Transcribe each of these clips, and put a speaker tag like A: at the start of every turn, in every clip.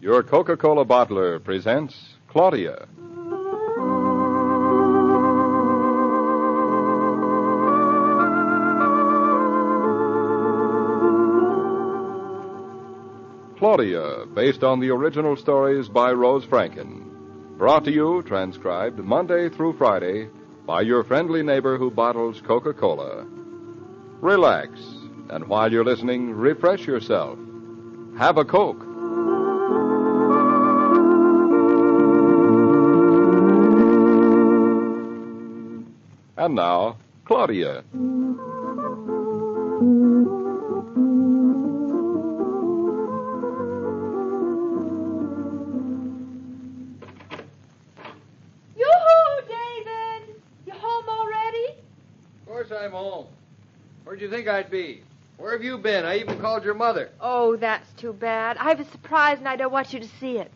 A: Your Coca Cola bottler presents Claudia. Claudia, based on the original stories by Rose Franken. Brought to you, transcribed Monday through Friday, by your friendly neighbor who bottles Coca Cola. Relax, and while you're listening, refresh yourself. Have a Coke. And now, Claudia.
B: Yoo-hoo, David! You home already?
C: Of course I'm home. Where'd you think I'd be? Where have you been? I even called your mother.
B: Oh, that's too bad. I have a surprise and I don't want you to see it.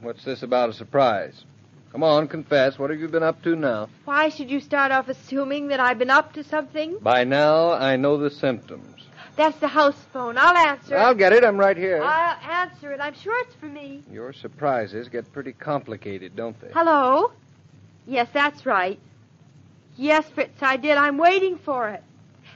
C: What's this about a surprise? Come on, confess. What have you been up to now?
B: Why should you start off assuming that I've been up to something?
C: By now, I know the symptoms.
B: That's the house phone. I'll answer
C: I'll
B: it.
C: get it. I'm right here.
B: I'll answer it. I'm sure it's for me.
C: Your surprises get pretty complicated, don't they?
B: Hello? Yes, that's right. Yes, Fritz, I did. I'm waiting for it.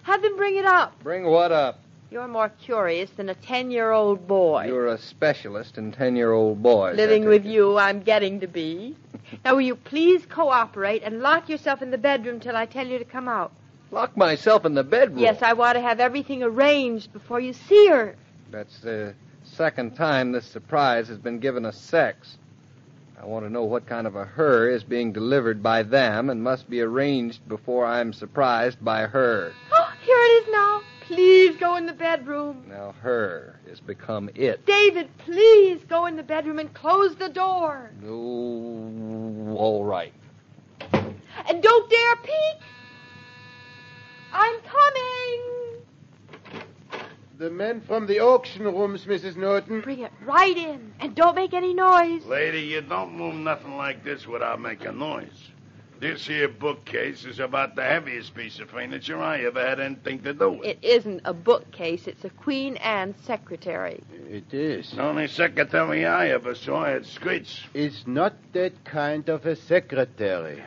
B: Have them bring it up.
C: Bring what up?
B: You're more curious than a ten-year-old boy.
C: You're a specialist in 10 year old boys.
B: Living
C: I
B: with
C: take it.
B: you, I'm getting to be. Now, will you please cooperate and lock yourself in the bedroom till I tell you to come out?
C: Lock myself in the bedroom.
B: Yes, I want to have everything arranged before you see her.
C: That's the second time this surprise has been given a sex. I want to know what kind of a her is being delivered by them and must be arranged before I'm surprised by her.
B: Oh, here it is now. Please go in the bedroom.
C: Now, her has become it.
B: David, please go in the bedroom and close the door.
C: Oh, all right.
B: And don't dare peek. I'm coming.
D: The men from the auction rooms, Mrs. Norton.
B: Bring it right in and don't make any noise.
E: Lady, you don't move nothing like this without making noise. This here bookcase is about the heaviest piece of furniture I ever had anything to do with.
B: It isn't a bookcase, it's a Queen Anne secretary.
D: It is.
E: The only secretary I ever saw had skirts.
D: It's not that kind of a secretary.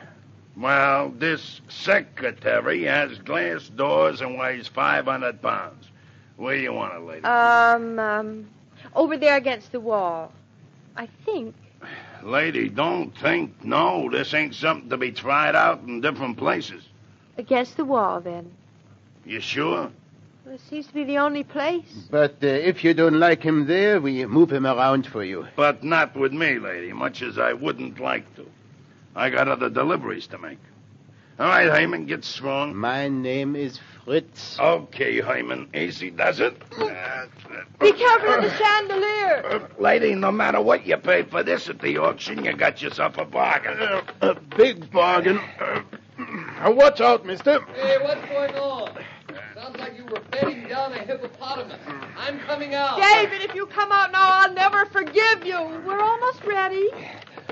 E: Well, this secretary has glass doors and weighs 500 pounds. Where you want it, lady?
B: Um, um, over there against the wall. I think.
E: lady, don't think. No, this ain't something to be tried out in different places.
B: Against the wall, then.
E: You sure?
B: Well, it seems to be the only place.
D: But uh, if you don't like him there, we move him around for you.
E: But not with me, lady, much as I wouldn't like to. I got other deliveries to make. All right, Hyman, get strong.
D: My name is Fritz.
E: Okay, Hyman, easy does it.
B: Be careful of the chandelier.
E: Lady, no matter what you pay for this at the auction, you got yourself a bargain. A big bargain. Uh,
D: watch out, mister.
C: Hey, what's going on? Sounds like you were bedding down a hippopotamus.
F: Ah.
C: I'm coming out.
B: David, if you come out now, I'll never forgive you. We're almost ready.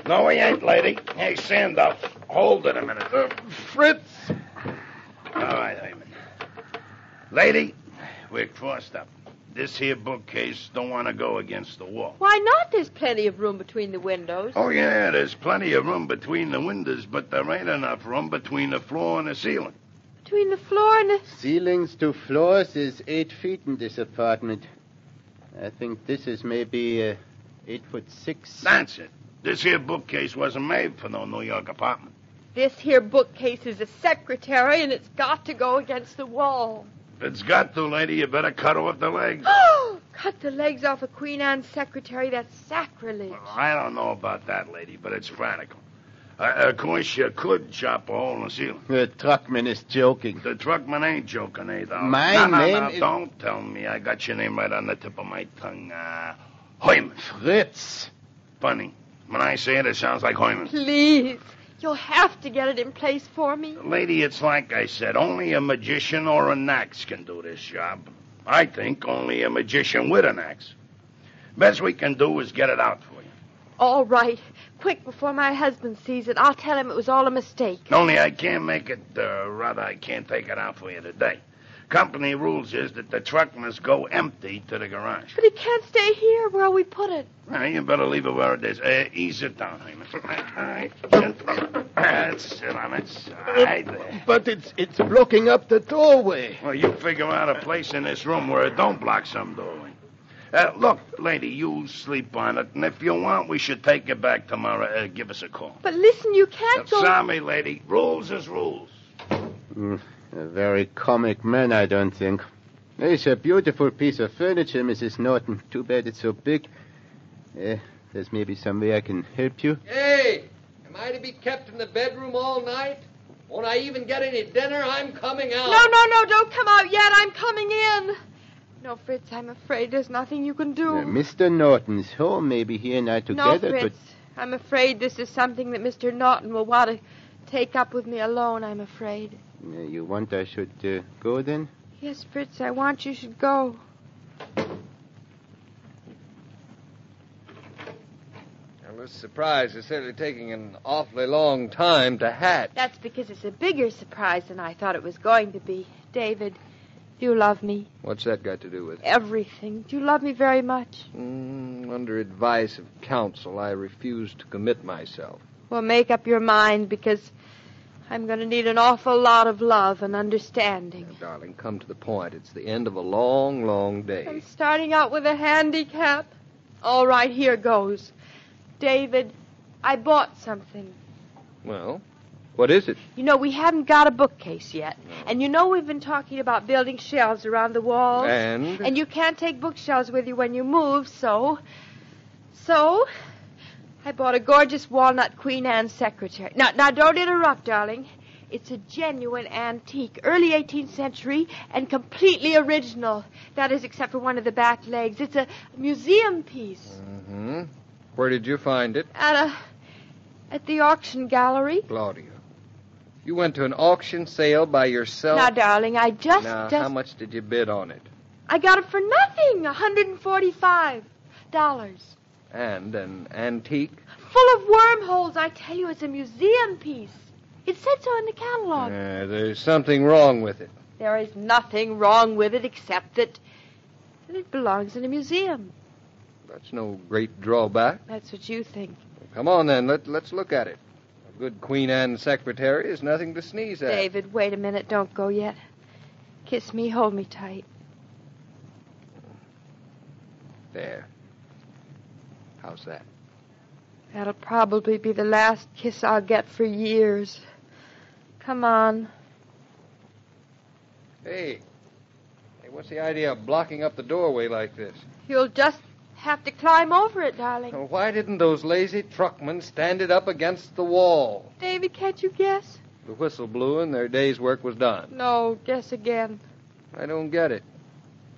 E: No, he ain't, lady. Hey, stand up. Hold it a minute.
D: Fritz.
E: All right, Hyman. Lady, we're crossed up. This here bookcase don't want to go against the wall.
B: Why not? There's plenty of room between the windows.
E: Oh, yeah, there's plenty of room between the windows, but there ain't enough room between the floor and the ceiling.
B: Between the floor and the.
D: Ceilings to floors is eight feet in this apartment. I think this is maybe uh, eight foot six.
E: That's it. This here bookcase wasn't made for no New York apartment.
B: This here bookcase is a secretary, and it's got to go against the wall.
E: If it's got to, lady, you better cut off the legs.
B: Oh! Cut the legs off a Queen Anne secretary. That's sacrilege.
E: Well, I don't know about that, lady, but it's radical. Uh, of course, you could chop a hole in the ceiling.
D: The truckman is joking.
E: The truckman ain't joking, either.
D: My
E: no, no,
D: name
E: no,
D: is-
E: don't tell me. I got your name right on the tip of my tongue. Uh, Hoyman.
D: Fritz.
E: Funny. When I say it, it sounds like Hoyman.
B: Please. You'll have to get it in place for me.
E: Lady, it's like I said, only a magician or an axe can do this job. I think only a magician with an axe. Best we can do is get it out for you.
B: All right. Quick, before my husband sees it, I'll tell him it was all a mistake.
E: Only I can't make it, uh, rather, I can't take it out for you today. Company rules is that the truck must go empty to the garage.
B: But it can't stay here where we put it.
E: Well, you better leave it where it is. Uh, ease it down, Hyman. All right. That's it on its side there.
D: But it's it's blocking up the doorway.
E: Well, you figure out a place in this room where it don't block some doorway. Uh, look, lady, you sleep on it, and if you want, we should take it back tomorrow. Uh, give us a call.
B: But listen, you can't go.
E: Sorry, lady. Rules is rules.
D: Mm, a very comic man, I don't think. It's a beautiful piece of furniture, Mrs. Norton. Too bad it's so big. Uh, there's maybe some way I can help you.
C: Hey, am I to be kept in the bedroom all night? Won't I even get any dinner? I'm coming out.
B: No, no, no, don't come out yet. I'm coming in. No, Fritz, I'm afraid there's nothing you can
D: Uh,
B: do.
D: Mr. Norton's home. Maybe he and I
B: no,
D: together could.
B: Fritz. I'm afraid this is something that Mr. Norton will want to take up with me alone, I'm afraid.
D: Uh, you want I should uh, go then?
B: Yes, Fritz, I want you should go.
C: Well, this surprise is certainly taking an awfully long time to hatch.
B: That's because it's a bigger surprise than I thought it was going to be. David, do you love me?
C: What's that got to do with it?
B: Everything. Do you love me very much?
C: Mm, under advice of counsel, I refuse to commit myself.
B: Well, make up your mind because I'm going to need an awful lot of love and understanding.
C: Now, darling, come to the point. It's the end of a long, long day.
B: I'm starting out with a handicap. All right, here goes. David, I bought something.
C: Well, what is it?
B: You know, we haven't got a bookcase yet. And you know, we've been talking about building shelves around the walls.
C: And?
B: And you can't take bookshelves with you when you move, so. So, I bought a gorgeous walnut Queen Anne secretary. Now, now, don't interrupt, darling. It's a genuine antique, early 18th century, and completely original. That is, except for one of the back legs. It's a museum piece.
C: Mm-hmm. Where did you find it,
B: At a. At the auction gallery.
C: Claudia? You went to an auction sale by yourself.
B: Now, darling, I just.
C: Now,
B: just...
C: how much did you bid on it?
B: I got it for nothing, $145.
C: And an antique?
B: Full of wormholes, I tell you, it's a museum piece. It said so in the catalog.
C: Uh, there's something wrong with it.
B: There is nothing wrong with it except that, that it belongs in a museum.
C: That's no great drawback.
B: That's what you think.
C: Come on then, let, let's look at it. A good Queen Anne secretary is nothing to sneeze at.
B: David, wait a minute, don't go yet. Kiss me, hold me tight.
C: There. How's that?
B: That'll probably be the last kiss I'll get for years. Come on.
C: Hey. Hey, what's the idea of blocking up the doorway like this?
B: You'll just have to climb over it, darling.
C: Now, why didn't those lazy truckmen stand it up against the wall?
B: David, can't you guess?
C: The whistle blew and their day's work was done.
B: No, guess again.
C: I don't get it.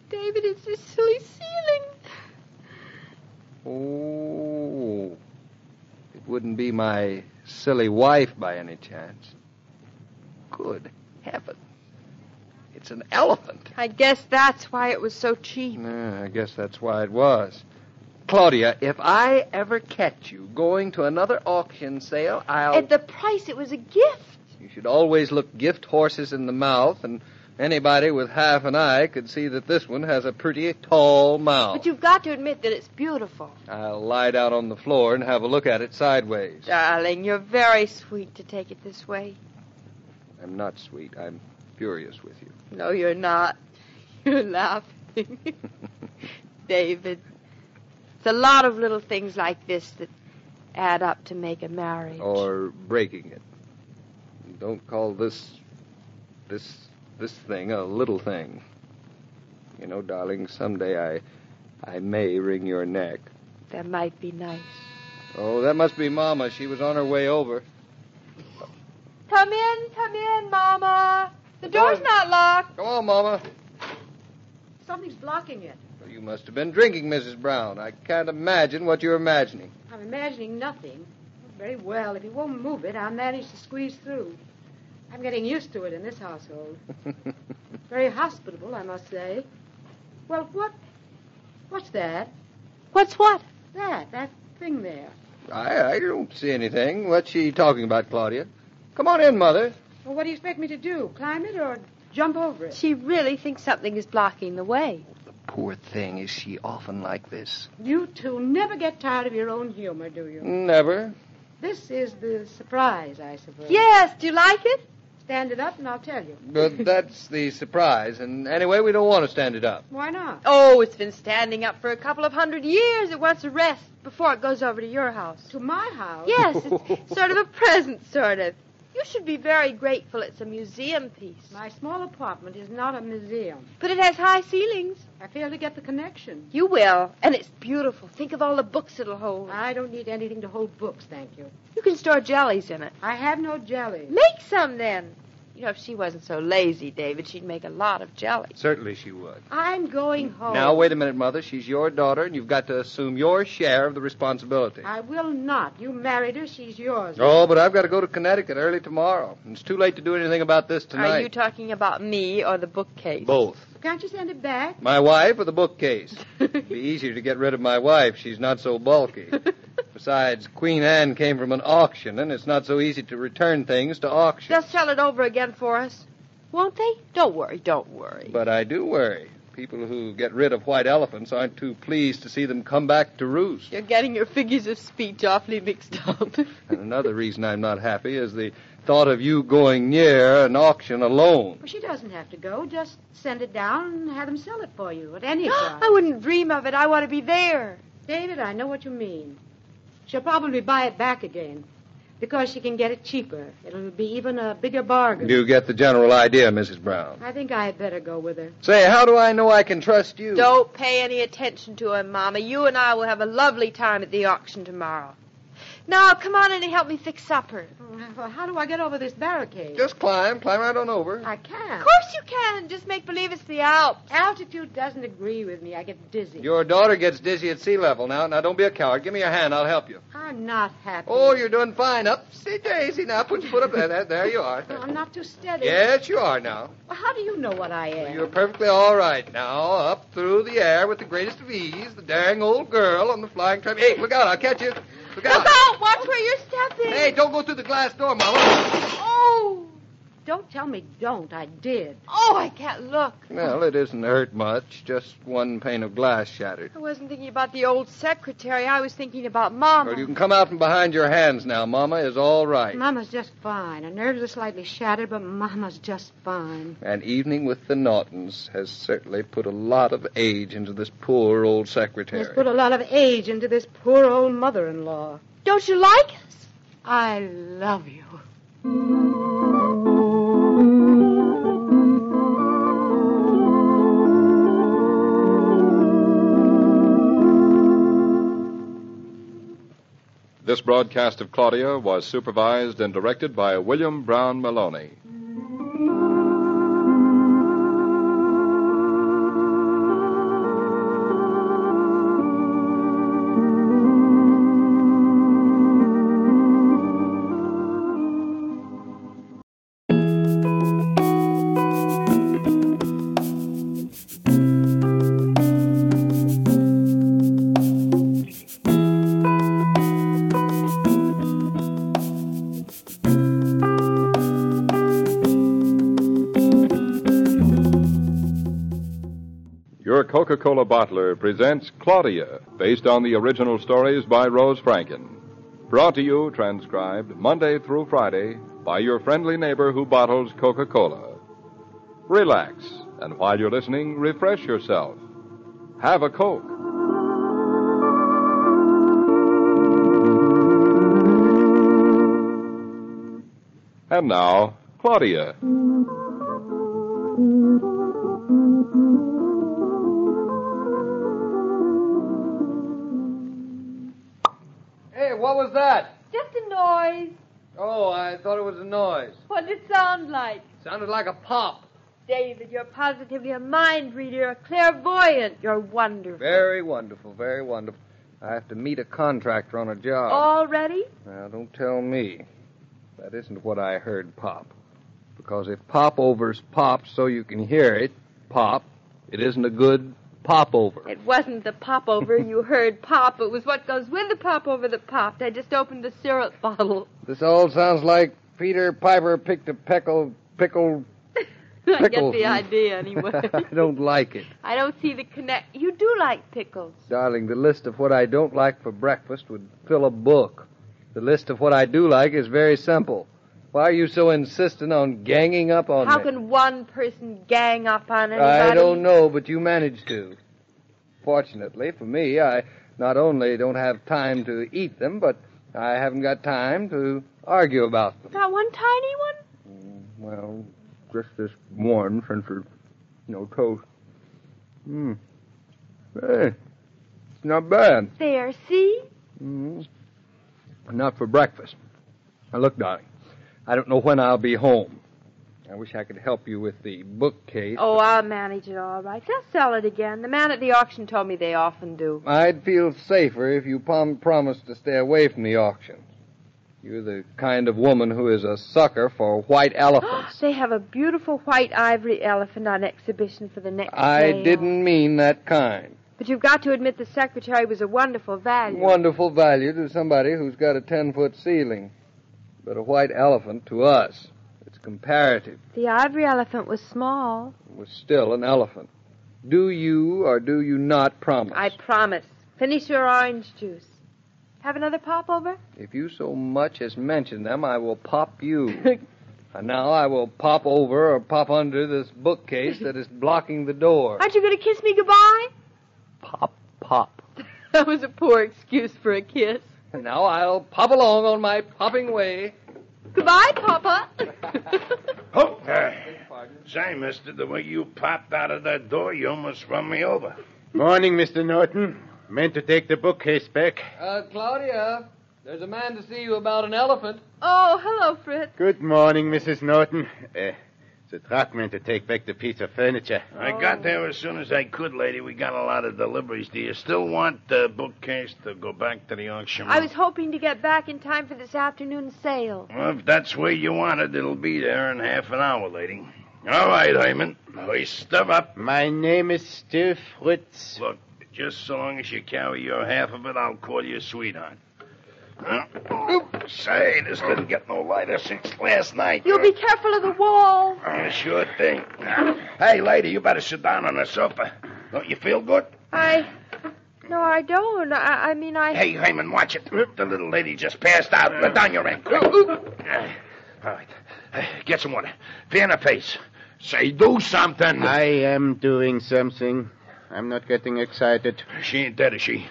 B: David, it's this silly ceiling.
C: Oh. It wouldn't be my silly wife by any chance. Good heaven. It's an elephant.
B: I guess that's why it was so cheap.
C: Yeah, I guess that's why it was. Claudia, if I ever catch you going to another auction sale, I'll.
B: At the price, it was a gift.
C: You should always look gift horses in the mouth, and anybody with half an eye could see that this one has a pretty tall mouth.
B: But you've got to admit that it's beautiful.
C: I'll lie down on the floor and have a look at it sideways.
B: Darling, you're very sweet to take it this way.
C: I'm not sweet. I'm furious with you.
B: No, you're not. You're laughing. David, it's a lot of little things like this that add up to make a marriage.
C: Or breaking it. Don't call this this this thing a little thing. You know, darling, someday I I may wring your neck.
B: That might be nice.
C: Oh, that must be Mama. She was on her way over.
B: Come in, come in, Mama. The
C: door's
B: door's not locked.
C: Come on, Mama.
B: Something's blocking it.
C: Well, you must have been drinking, Mrs. Brown. I can't imagine what you're imagining.
F: I'm imagining nothing. Very well. If you won't move it, I'll manage to squeeze through. I'm getting used to it in this household. Very hospitable, I must say. Well, what? What's that?
B: What's what?
F: That, that thing there.
C: I, I don't see anything. What's she talking about, Claudia? Come on in, Mother.
F: Well, what do you expect me to do? Climb it or Jump over it.
B: She really thinks something is blocking the way.
C: Poor thing, is she often like this?
F: You two never get tired of your own humor, do you?
C: Never.
F: This is the surprise, I suppose.
B: Yes, do you like it?
F: Stand it up and I'll tell you.
C: But that's the surprise, and anyway, we don't want to stand it up.
F: Why not?
B: Oh, it's been standing up for a couple of hundred years. It wants a rest before it goes over to your house.
F: To my house?
B: Yes, it's sort of a present, sort of. You should be very grateful it's a museum piece.
F: My small apartment is not a museum.
B: But it has high ceilings.
F: I fail to get the connection.
B: You will. And it's beautiful. Think of all the books it'll hold.
F: I don't need anything to hold books, thank you.
B: You can store jellies in it.
F: I have no jelly.
B: Make some then. You know, if she wasn't so lazy, David, she'd make a lot of jelly.
C: Certainly she would.
F: I'm going
B: Oh.
F: home.
C: Now, wait a minute, Mother. She's your daughter, and you've got to assume your share of the responsibility.
F: I will not. You married her. She's yours.
C: Oh, but I've got to go to Connecticut early tomorrow. and It's too late to do anything about this
B: Are you
C: tonight.
B: talking about me or the bookcase?
C: Both.
F: Can't you send it back?
C: My wife or the bookcase? It'd be easier to get rid of my wife. She's not so bulky. Besides, Queen Anne came from an auction, and it's not so easy to return things to auction.
B: They'll sell it over again for us. Won't they? Don't worry, don't worry.
C: But I do worry. People who get rid of white elephants aren't too pleased to see them come back to roost.
B: You're getting your figures of speech awfully mixed up.
C: And another reason I'm not happy is the thought of you going near an auction alone.
F: Well, she doesn't have to go. Just send it down and have them sell it for you at any price.
B: I wouldn't dream of it. I want to be there.
F: David, I know what you mean. She'll probably buy it back again because she can get it cheaper. It'll be even a bigger bargain.
C: You get the general idea, Mrs. Brown.
F: I think I had better go with her.
C: Say, how do I know I can trust you?
B: Don't pay any attention to him, Mama. You and I will have a lovely time at the auction tomorrow. Now, come on in and help me fix supper.
F: Well, how do I get over this barricade?
C: Just climb, climb right on over.
F: I
B: Of
F: can't.
B: course you can. Just make believe it's the Alps.
F: Altitude doesn't agree with me. I get dizzy.
C: Your daughter gets dizzy at sea level now. Now, don't be a coward. Give me your hand. I'll help you.
F: I'm not happy.
C: Oh, you're doing fine. Up, see, Daisy. Now, put your foot up. There, there- there you are.
F: I'm not too steady.
C: Yes, you are now.
F: Well, how do you know what I am?
C: You're perfectly all right now. Up through the air with the greatest of ease. The daring old girl on the flying trap. Hey, look out! I'll catch you. Look
B: Look
C: out!
B: out! Oh, Watch where you're stepping.
C: Hey, don't go through the glass door, Mama.
F: Oh! Don't tell me don't. I did.
B: Oh, I can't look.
C: Well, it isn't hurt much. Just one pane of glass shattered.
B: I wasn't thinking about the old secretary. I was thinking about Mama.
C: Well, you can come out from behind your hands now. Mama is all right.
F: Mama's just fine. Her nerves are slightly shattered, but Mama's just fine.
C: An evening with the Nortons has certainly put a lot of age into this poor old secretary.
F: He's put a lot of age into this poor old mother-in-law.
B: Don't you like us?
F: I love you.
A: This broadcast of Claudia was supervised and directed by William Brown Maloney. Your Coca Cola bottler presents Claudia, based on the original stories by Rose Franken. Brought to you, transcribed, Monday through Friday, by your friendly neighbor who bottles Coca Cola. Relax, and while you're listening, refresh yourself. Have a Coke. And now, Claudia.
C: Hey, what was that?
B: Just a noise.
C: Oh, I thought it was a noise.
B: What did it sound like?
C: Sounded like a pop.
B: David, you're positively a mind reader, you're a clairvoyant, you're wonderful.
C: Very wonderful, very wonderful. I have to meet a contractor on a
B: Oh,
C: job.
B: Already?
C: Now, don't tell me. That isn't what I heard pop. Because if popovers pop so you can hear it pop, it isn't a good popover.
B: It wasn't the popover you heard pop, it was what goes with the popover that popped. I just opened the syrup bottle.
C: This all sounds like Peter Piper picked a peckle, pickled
B: I get
C: Pickles.
B: the idea anyway.
C: I don't like it.
B: I don't see the connect. You do like pickles.
C: Darling, the list of what I don't like for breakfast would fill a book. The list of what I do like is very simple. Why are you so insistent on ganging up on
B: How
C: me?
B: can one person gang up on anybody?
C: eh? I don't know, but you managed to. Fortunately for me, I not only don't have time to eat them, but I haven't got time to argue about them.
B: That one tiny one?
C: Well, just this one since it's no toast. Hmm. Hey, it's not bad.
B: There, see?
C: Mm. Not for breakfast. Now, look, darling, I don't know when I'll be home. I wish I could help you with the bookcase.
B: Oh, I'll manage it all right. They'll sell it again. The man at the auction told me they often do.
C: I'd feel safer if you prom- promised to stay away from the auctions. You're the kind of woman who is a sucker for white elephants.
B: they have a beautiful white ivory elephant on exhibition for the next
C: I
B: sale.
C: didn't mean that kind.
B: But you've got to admit the secretary was a wonderful value.
C: Wonderful value to somebody who's got a 10 foot ceiling. But a white elephant to us, it's comparative,
B: The ivory elephant was small.
C: was still an elephant. Do you or do you not promise?
B: I promise. Finish your orange juice. Have another pop over?
C: If you so much as mention them, I will pop you. and now I will pop over or pop under this bookcase that is blocking the door.
B: Aren't you going to kiss me goodbye?
C: Pop, pop.
B: That was a poor excuse for a kiss.
C: And now I'll pop along on my popping way.
B: Goodbye, Papa.
E: Oh, eh. say, mister, the way you popped out of that door, you almost run me over.
D: Morning, Mr. Norton. Meant to take the bookcase back.
C: Uh, Claudia, there's a man to see you about an elephant.
B: oh, hello, Fritz.
D: Good morning, Mrs. Norton. Uh, the truck meant to take back the piece of furniture.
E: I
B: Oh.
E: got there as soon as I could, lady. We got a lot of deliveries. Do you still want the bookcase to go back to the auction?
B: I
E: room?
B: was hoping to get back in time for this afternoon's sale.
E: Well, if that's where you want it, it'll be there in half an hour, lady. All right, Hyman. Hoist stuff up.
D: My name is Steve Fritz.
E: Look, just so long as you carry your half of it, I'll call you sweetheart. Huh? Oop, say, this didn't get no lighter since last night.
B: You'll be careful of the wall.
E: Uh, sure thing. Hey, lady, you better sit down on the sofa. Don't you feel good?
B: I. No, I don't. I, I mean, I.
E: Hey, Hyman, watch it. The little lady just passed out. Let down your end. quick. Uh, All right. Uh, Get some water. Fan her face. Say, do something.
D: I am doing something. I'm not getting excited.
E: She ain't dead, is she?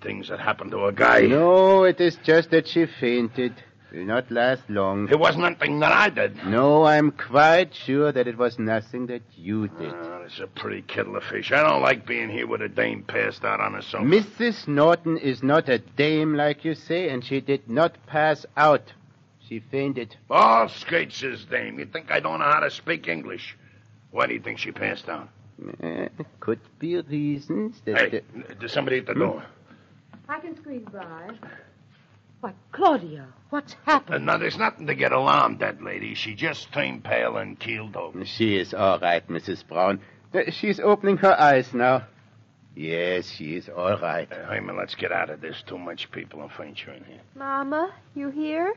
E: Things that happened to a guy.
D: No, it is just that she fainted. Will not last long.
E: It wasn't nothing that I did.
D: No, I'm quite sure that it was nothing that you did.
E: Oh, that's a pretty kettle of fish. I don't like being here with a dame passed out on a sofa.
D: Mrs. Norton is not a dame, like you say, and she did not pass out. She fainted.
E: All skates is dame. You think I don't know how to speak English? Why do you think she passed out?
D: Eh, could be reasons that.
E: Hey,
D: the-
E: there's somebody at the door.
F: I can squeeze by. Why, Claudia, what's happened?
D: Hmm?
E: Uh, now, there's nothing to get alarmed at, lady. She just turned pale and keeled over.
D: She is all right, Mrs. Brown. Uh, She's opening her eyes now. Yes, she is all right.
E: Uh, Hyman, let's get out of this. Too much people and furniture in here.
B: Mama, you here?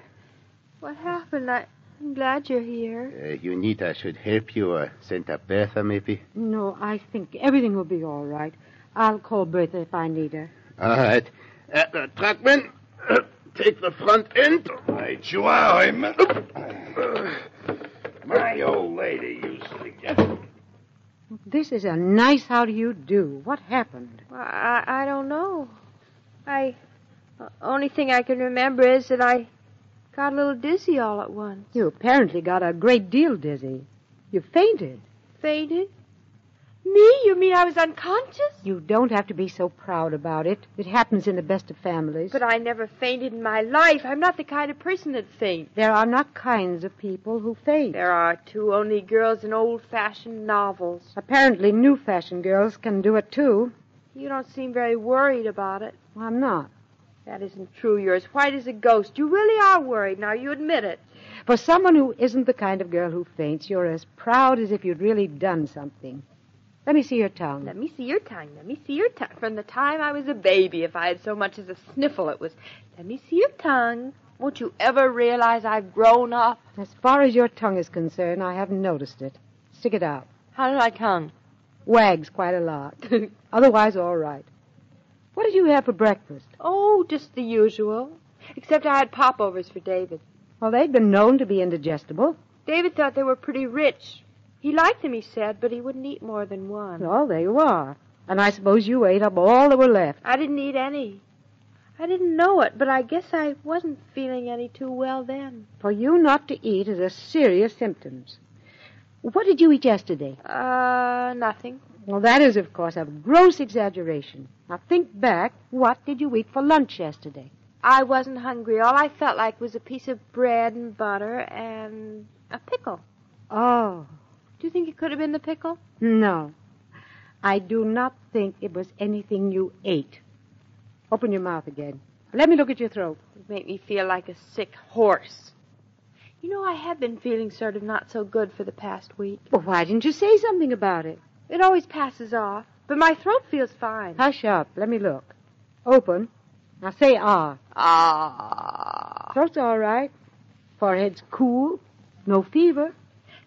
B: What happened? I, I'm glad you're here.
D: Uh, you need I should help you or send up Bertha, maybe.
F: No, I think everything will be all right. I'll call Bertha if I need her.
D: All right. Uh, uh, truckman, uh, take the front end.
E: Right, you are, Hyman. My old lady used to get.
F: This is a nice how do you do. What happened?
B: Well, I, I don't know. I. o- Only thing I can remember is that I got a little dizzy all at once.
F: You apparently got a great deal dizzy. You fainted.
B: Fainted? Me? You mean I was unconscious?
F: You don't have to be so proud about it. It happens in the best of families.
B: But I never fainted in my life. I'm not the kind of person that faints.
F: there are not kinds of people who faint.
B: There are two only girls in old fashioned novels.
F: Apparently, new fashioned girls can do it too.
B: You don't seem very worried about it.
F: Well, I'm not.
B: That isn't true. You're as white as a ghost. You really are worried. Now, you admit it.
F: For someone who isn't the kind of girl who faints, you're as proud as if you'd really done something. Let me see your tongue.
B: Let me see your tongue. Let me see your tongue. From the time I was a baby, if I had so much as a sniffle, it was, let me see your tongue. Won't you ever realize I've grown up?
F: As far as your tongue is concerned, I haven't noticed it. Stick it out.
B: How did I come?
F: Wags quite a lot. Otherwise, all right. What did you have for breakfast?
B: Oh, just the usual. Except I had popovers for David.
F: Well, they've been known to be indigestible.
B: David thought they were pretty rich. He liked them, he said, but he wouldn't eat more than one.
F: Well, there you are. And I suppose you ate up all that were left.
B: I didn't eat any. I didn't know it, but I guess I wasn't feeling any too well then.
F: For you not to eat is a serious symptom. What did you eat yesterday?
B: Uh, nothing.
F: Well, that is, of course, a gross exaggeration. Now think back. What did you eat for lunch yesterday?
B: I wasn't hungry. All I felt like was a piece of bread and butter and a pickle.
F: Oh,
B: Do you think it could have been the pickle?
F: no. I do not think it was anything you ate. Open your mouth again. Let me look at your throat.
B: It made me feel like a sick horse. You know, I have been feeling sort of not so good for the past week.
F: Well, why didn't you say something about it?
B: It always passes off, but my throat feels fine.
F: Hush up. Let me look. Open. Now say ah.
B: Ah.
F: Throat's all right. Forehead's cool. No fever.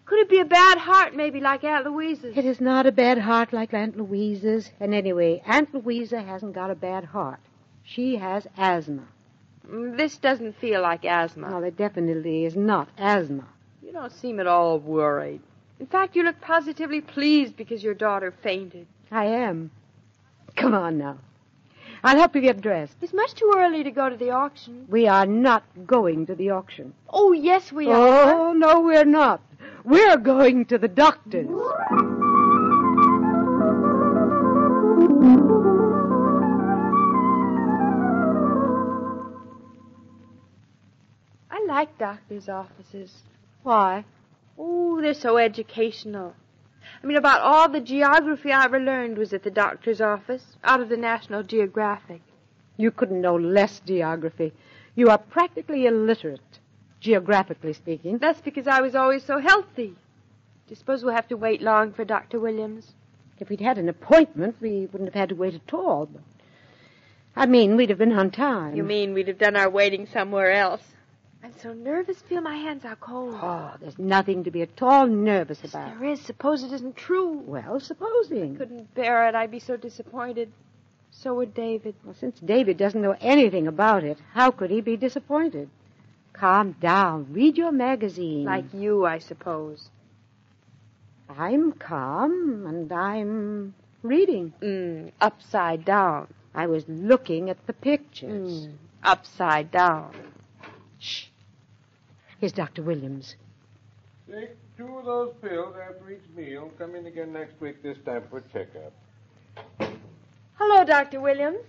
B: Could it be a bad heart, maybe, like Aunt Louise's?
F: It is not a bad heart like Aunt Louisa's. And anyway, Aunt Louisa hasn't got a bad heart. She has asthma.
B: Mm, This doesn't feel like asthma.
F: Well, it definitely is not asthma.
B: You don't seem at all worried. In fact, you look positively pleased because your daughter fainted.
F: I am. Come on now. I'll help you get dressed.
B: It's much too early to go to the auction.
F: We are not going to the auction.
B: Oh, yes, we are.
F: Oh, no, we're not. We're going to the doctor's.
B: I like doctor's offices.
F: Why?
B: Oh, they're so educational. I mean, about all the geography I ever learned was at the doctor's office, out of the National Geographic.
F: You couldn't know less geography. You are practically illiterate, geographically speaking.
B: That's because I was always so healthy. Do you suppose we'll have to wait long for Dr. Williams?
F: If we'd had an appointment, we wouldn't have had to wait at all. But, I mean, we'd have been on time.
B: You mean we'd have done our waiting somewhere else? I'm so nervous. Feel my hands are cold.
F: Oh, there's nothing to be at all nervous about.
B: There is. Suppose it isn't true.
F: Well, supposing.
B: Couldn't bear it. I'd be so disappointed. So would David.
F: Well, since David doesn't know anything about it, how could he be disappointed? Calm down. Read your magazine.
B: Like you, I suppose.
F: I'm calm and I'm reading.
B: Mm, upside down.
F: I was looking at the pictures.
B: Mm, upside down.
F: Shh. Here's Dr. Williams.
G: Take two of those pills after each meal. Come in again next week, this time for checkup.
B: Hello, Dr. Williams.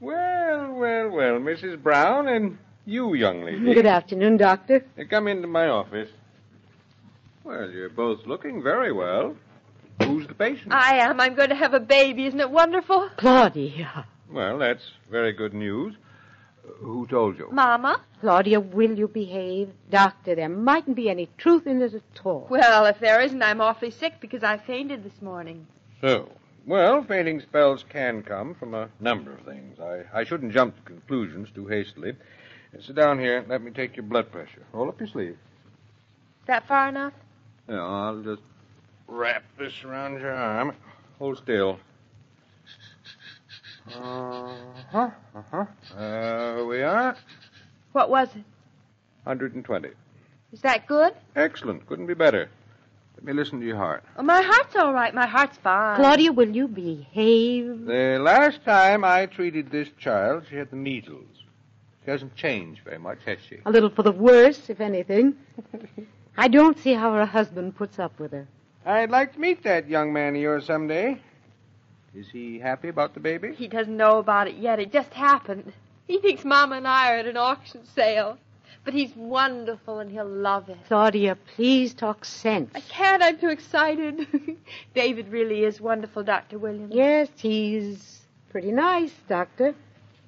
G: Well, well, well, Mrs. Brown and you, young lady.
F: Good afternoon, Doctor.
G: Uh, Come into my office. Well, you're both looking very well. Who's the patient?
B: I am. I'm going to have a baby. Isn't it wonderful?
F: Claudia.
G: Well, that's very good news. Uh, Who told you?
B: Mama?
F: Claudia, will you behave? Doctor, there mightn't be any truth in it at all.
B: Well, if there isn't, I'm awfully sick because I fainted this morning.
G: So, well, fainting spells can come from a number of things. I, I shouldn't jump to conclusions too hastily. Uh, Sit down here. and Let me take your blood pressure. Roll up your sleeve.
B: That far enough?
G: Yeah, I'll just wrap this around your arm. Hold still. Uh-huh, uh-huh. There we are.
B: What was it?
G: 120.
B: Is that good?
G: Excellent. Couldn't be better. Let me listen to your heart.
B: Oh, my heart's all right. My heart's fine.
F: Claudia, will you behave?
G: The last time I treated this child, she had the measles. She hasn't changed very much, has she?
F: A little for the worse, if anything. I don't see how her husband puts up with her.
G: I'd like to meet that young man of yours someday. Is he happy about the baby?
B: He doesn't know about it yet. It just happened. He thinks Mama and I are at an auction sale. But he's wonderful and he'll love it.
F: Claudia, please talk sense.
B: I can't. I'm too excited. David really is wonderful, Dr. Williams.
F: Yes, he's pretty nice, Doctor.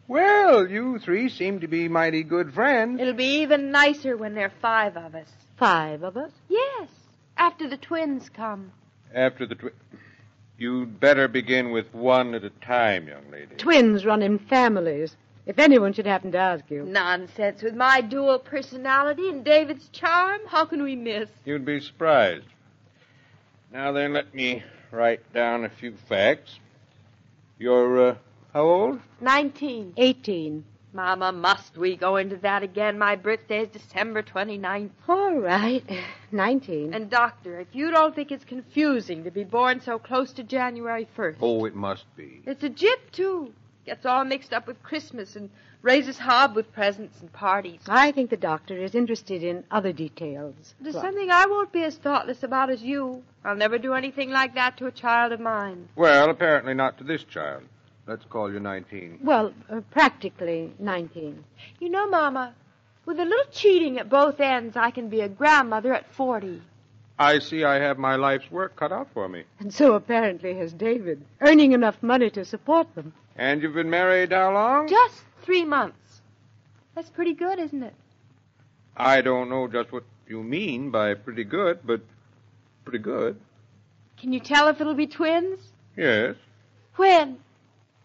G: Well, you three seem to be mighty good friends.
B: It'll be even nicer when there are five of us.
F: Five of us.
B: Yes. After the twins come.
G: After the twi- You'd better begin with one at a time, young lady.
F: Twins run in families. If anyone should happen to ask
B: Mm.
F: you.
B: Nonsense. With my dual personality and David's charm, how can we miss?
G: You'd be surprised. Now then, let me write down a few facts. You're, uh, how old?
B: 19.
F: 18.
B: Mama, must we go into that again? My birthday's December 29th.
F: All right. 19.
B: And, Doctor, if you don't think it's confusing to be born so close to January 1st,
G: Oh, it must be.
B: it's a gyp, too. Gets all mixed up with Christmas and raises hob with presents and parties.
F: I think the doctor is interested in other details.
B: There's
F: Well,
B: something I won't be as thoughtless about as you. I'll never do anything like that to a child of mine.
G: Well, apparently not to this child. Let's call you 19.
F: Well, uh, practically 19.
B: You know, Mama, with a little cheating at both ends, I can be a grandmother at 40.
G: I see I have my life's work cut out for me.
F: And so apparently has David, earning enough money to support them.
G: And you've been married how long?
B: Just three months. That's pretty good, isn't it?
G: I don't know just what you mean by pretty good, but pretty good.
B: Can you tell if it'll be twins?
G: Yes,
B: When?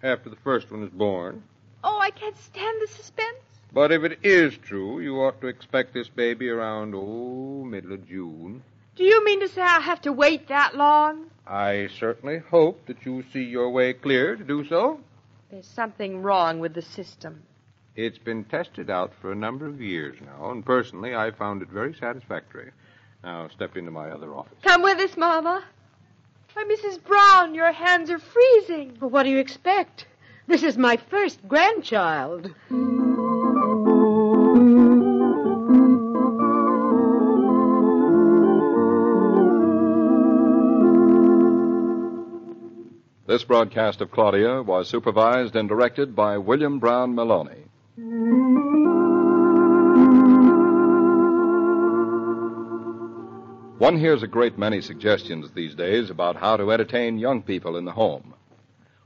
G: after the first one is born.
B: Oh, I can't stand the suspense.
G: But if it is true, you ought to expect this baby around, oh, middle of June.
B: Do you mean to say I have to wait that long?
G: I certainly hope that you see your way clear to do so.
B: There's something wrong with the system.
G: It's been tested out for a number of years now, and personally, I found it very satisfactory. Now, step into my other office.
B: Come with us, Mama. Why, Mrs. Brown, your hands are freezing.
F: Well, what do you expect? This is my first grandchild.
A: This broadcast of Claudia was supervised and directed by William Brown Maloney. One hears a great many suggestions these days about how to entertain young people in the home.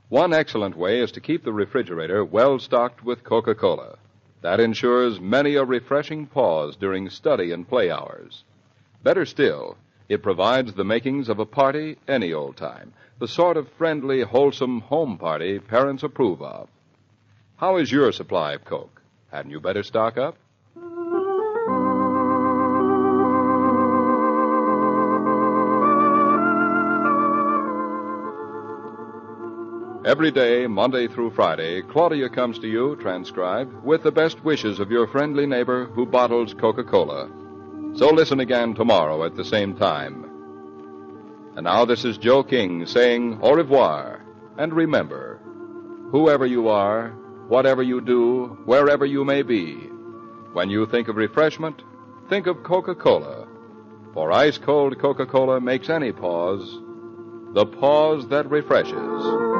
A: One excellent way is to keep the refrigerator well stocked with Coca Cola. That ensures many a refreshing pause during study and play hours. Better still, it provides the makings of a party any old time the sort of friendly, wholesome home party parents approve of. How is your supply of Coke? Hadn't you better stock up? Every day, Monday through Friday, Claudia comes to you, transcribed, with the best wishes of your friendly neighbor who bottles Coca Cola. So listen again tomorrow at the same time. And now this is Joe King saying au revoir. And remember, whoever you are, whatever you do, wherever you may be, when you think of refreshment, think of Coca Cola. For ice cold Coca Cola makes any pause the pause that refreshes.